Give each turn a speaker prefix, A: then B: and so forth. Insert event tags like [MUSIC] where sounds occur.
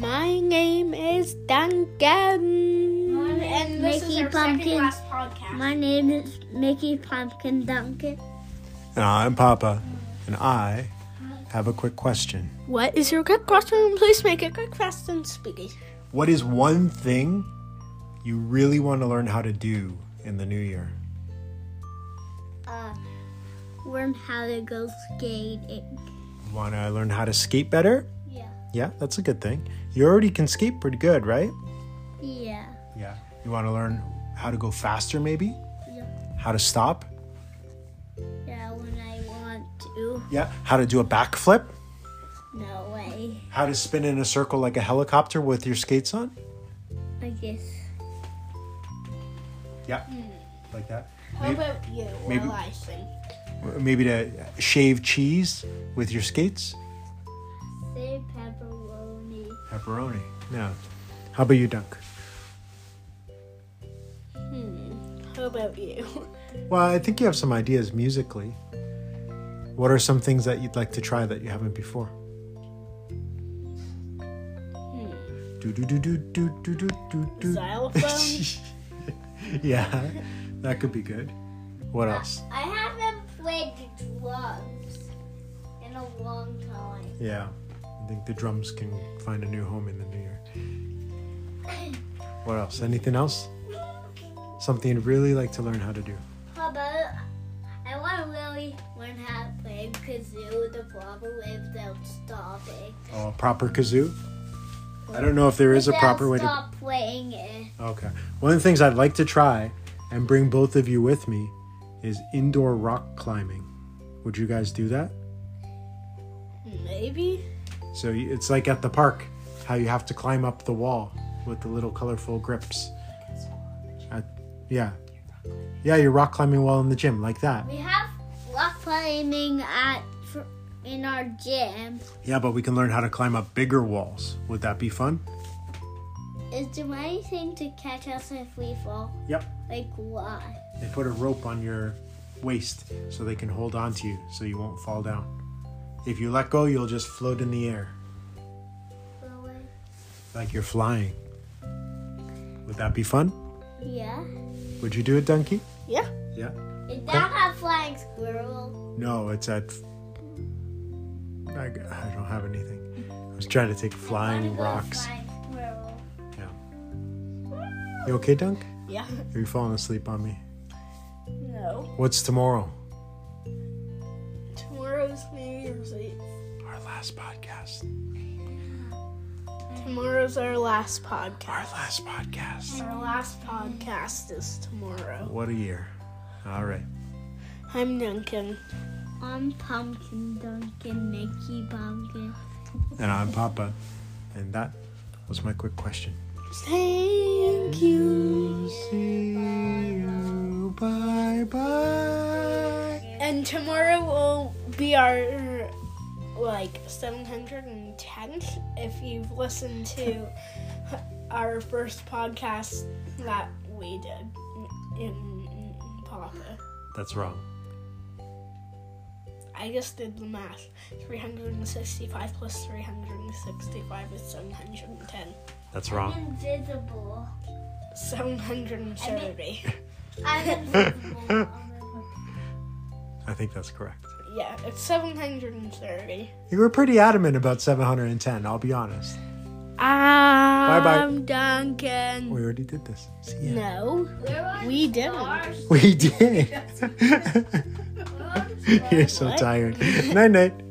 A: name is Duncan.
B: And this
C: Mickey
B: is our
C: Pumpkin.
B: second last podcast.
C: My name is Mickey Pumpkin Duncan.
D: And I'm Papa, and I have a quick question.
A: What is your quick question? Please make it quick, fast, and speedy.
D: What is one thing you really want to learn how to do in the new year?
C: Uh, learn how to go skating.
D: You want to learn how to skate better?
C: Yeah.
D: Yeah, that's a good thing. You already can skate pretty good, right?
C: Yeah.
D: Yeah. You want to learn how to go faster, maybe?
C: Yeah.
D: How to stop?
C: Yeah, when I want to.
D: Yeah. How to do a backflip?
C: No way.
D: How to spin in a circle like a helicopter with your skates on?
C: I guess.
D: Yeah. Like that.
B: Hmm. How about you?
D: maybe-
B: Well, I think.
D: Maybe to shave cheese with your skates?
C: Say pepperoni.
D: Pepperoni. Yeah. How about you, Dunk?
A: [LAUGHS] How about
B: [LAUGHS]
A: you?
D: Well, I think you have some ideas musically. What are some things that you'd like to try that you haven't before? Do do do do do do do do
B: [LAUGHS]
D: do.
A: Xylophone?
D: [LAUGHS] yeah, that could be good. What else?
C: I haven't played the drums in a long time.
D: Yeah, I think the drums can find a new home in the new year. What else? Anything else? Something you'd really like to learn how to do?
C: Papa, I want to really learn how to play kazoo the proper way without stopping.
D: Oh, a proper kazoo. I don't know if there is a
C: Without
D: proper way to.
C: stop playing it.
D: Okay. One of the things I'd like to try and bring both of you with me is indoor rock climbing. Would you guys do that?
A: Maybe.
D: So you- it's like at the park, how you have to climb up the wall with the little colorful grips. At, yeah. Yeah, you're rock climbing wall in the gym, like that.
C: We have rock climbing at fr- in our gym.
D: Yeah, but we can learn how to climb up bigger walls. Would that be fun?
C: Is there anything to catch us if we fall?
D: Yep.
C: Like what?
D: They put a rope on your waist so they can hold on to you so you won't fall down. If you let go, you'll just float in the air. like you're flying. Would that be fun?
C: Yeah.
D: Would you do it, Donkey?
A: Yeah.
D: Yeah.
C: Is that a flying squirrel?
D: No, it's at. I, g- I don't have anything. I was trying to take flying rocks.
C: Flying squirrel.
D: You okay, Dunk?
A: Yeah.
D: Are you falling asleep on me?
A: No.
D: What's tomorrow?
A: Tomorrow's New Year's Eve.
D: Our last podcast.
A: Tomorrow's our last
D: Our
A: podcast.
D: last podcast.
A: Our last podcast is tomorrow.
D: What a year. All right.
A: I'm Duncan.
C: I'm Pumpkin Duncan, Mickey Pumpkin.
D: And I'm Papa. And that was my quick question.
A: Thank you.
D: See you. Bye bye.
A: And tomorrow will be our like 710th. If you've listened to our first podcast that we did in Papa,
D: That's wrong.
A: I just did the math. 365 plus 365 is 710.
D: That's wrong.
C: Invisible.
A: 730.
D: [LAUGHS]
C: I'm invisible.
D: I think that's correct.
A: Yeah, it's 730.
D: You were pretty adamant about 710, I'll be honest. Bye-bye.
A: I'm Duncan.
D: We already did this. See ya.
A: No,
C: We're on
A: we didn't.
C: stars.
D: We did.
A: [LAUGHS]
C: We're on
D: [LAUGHS] You're so
A: What?
D: tired. night night.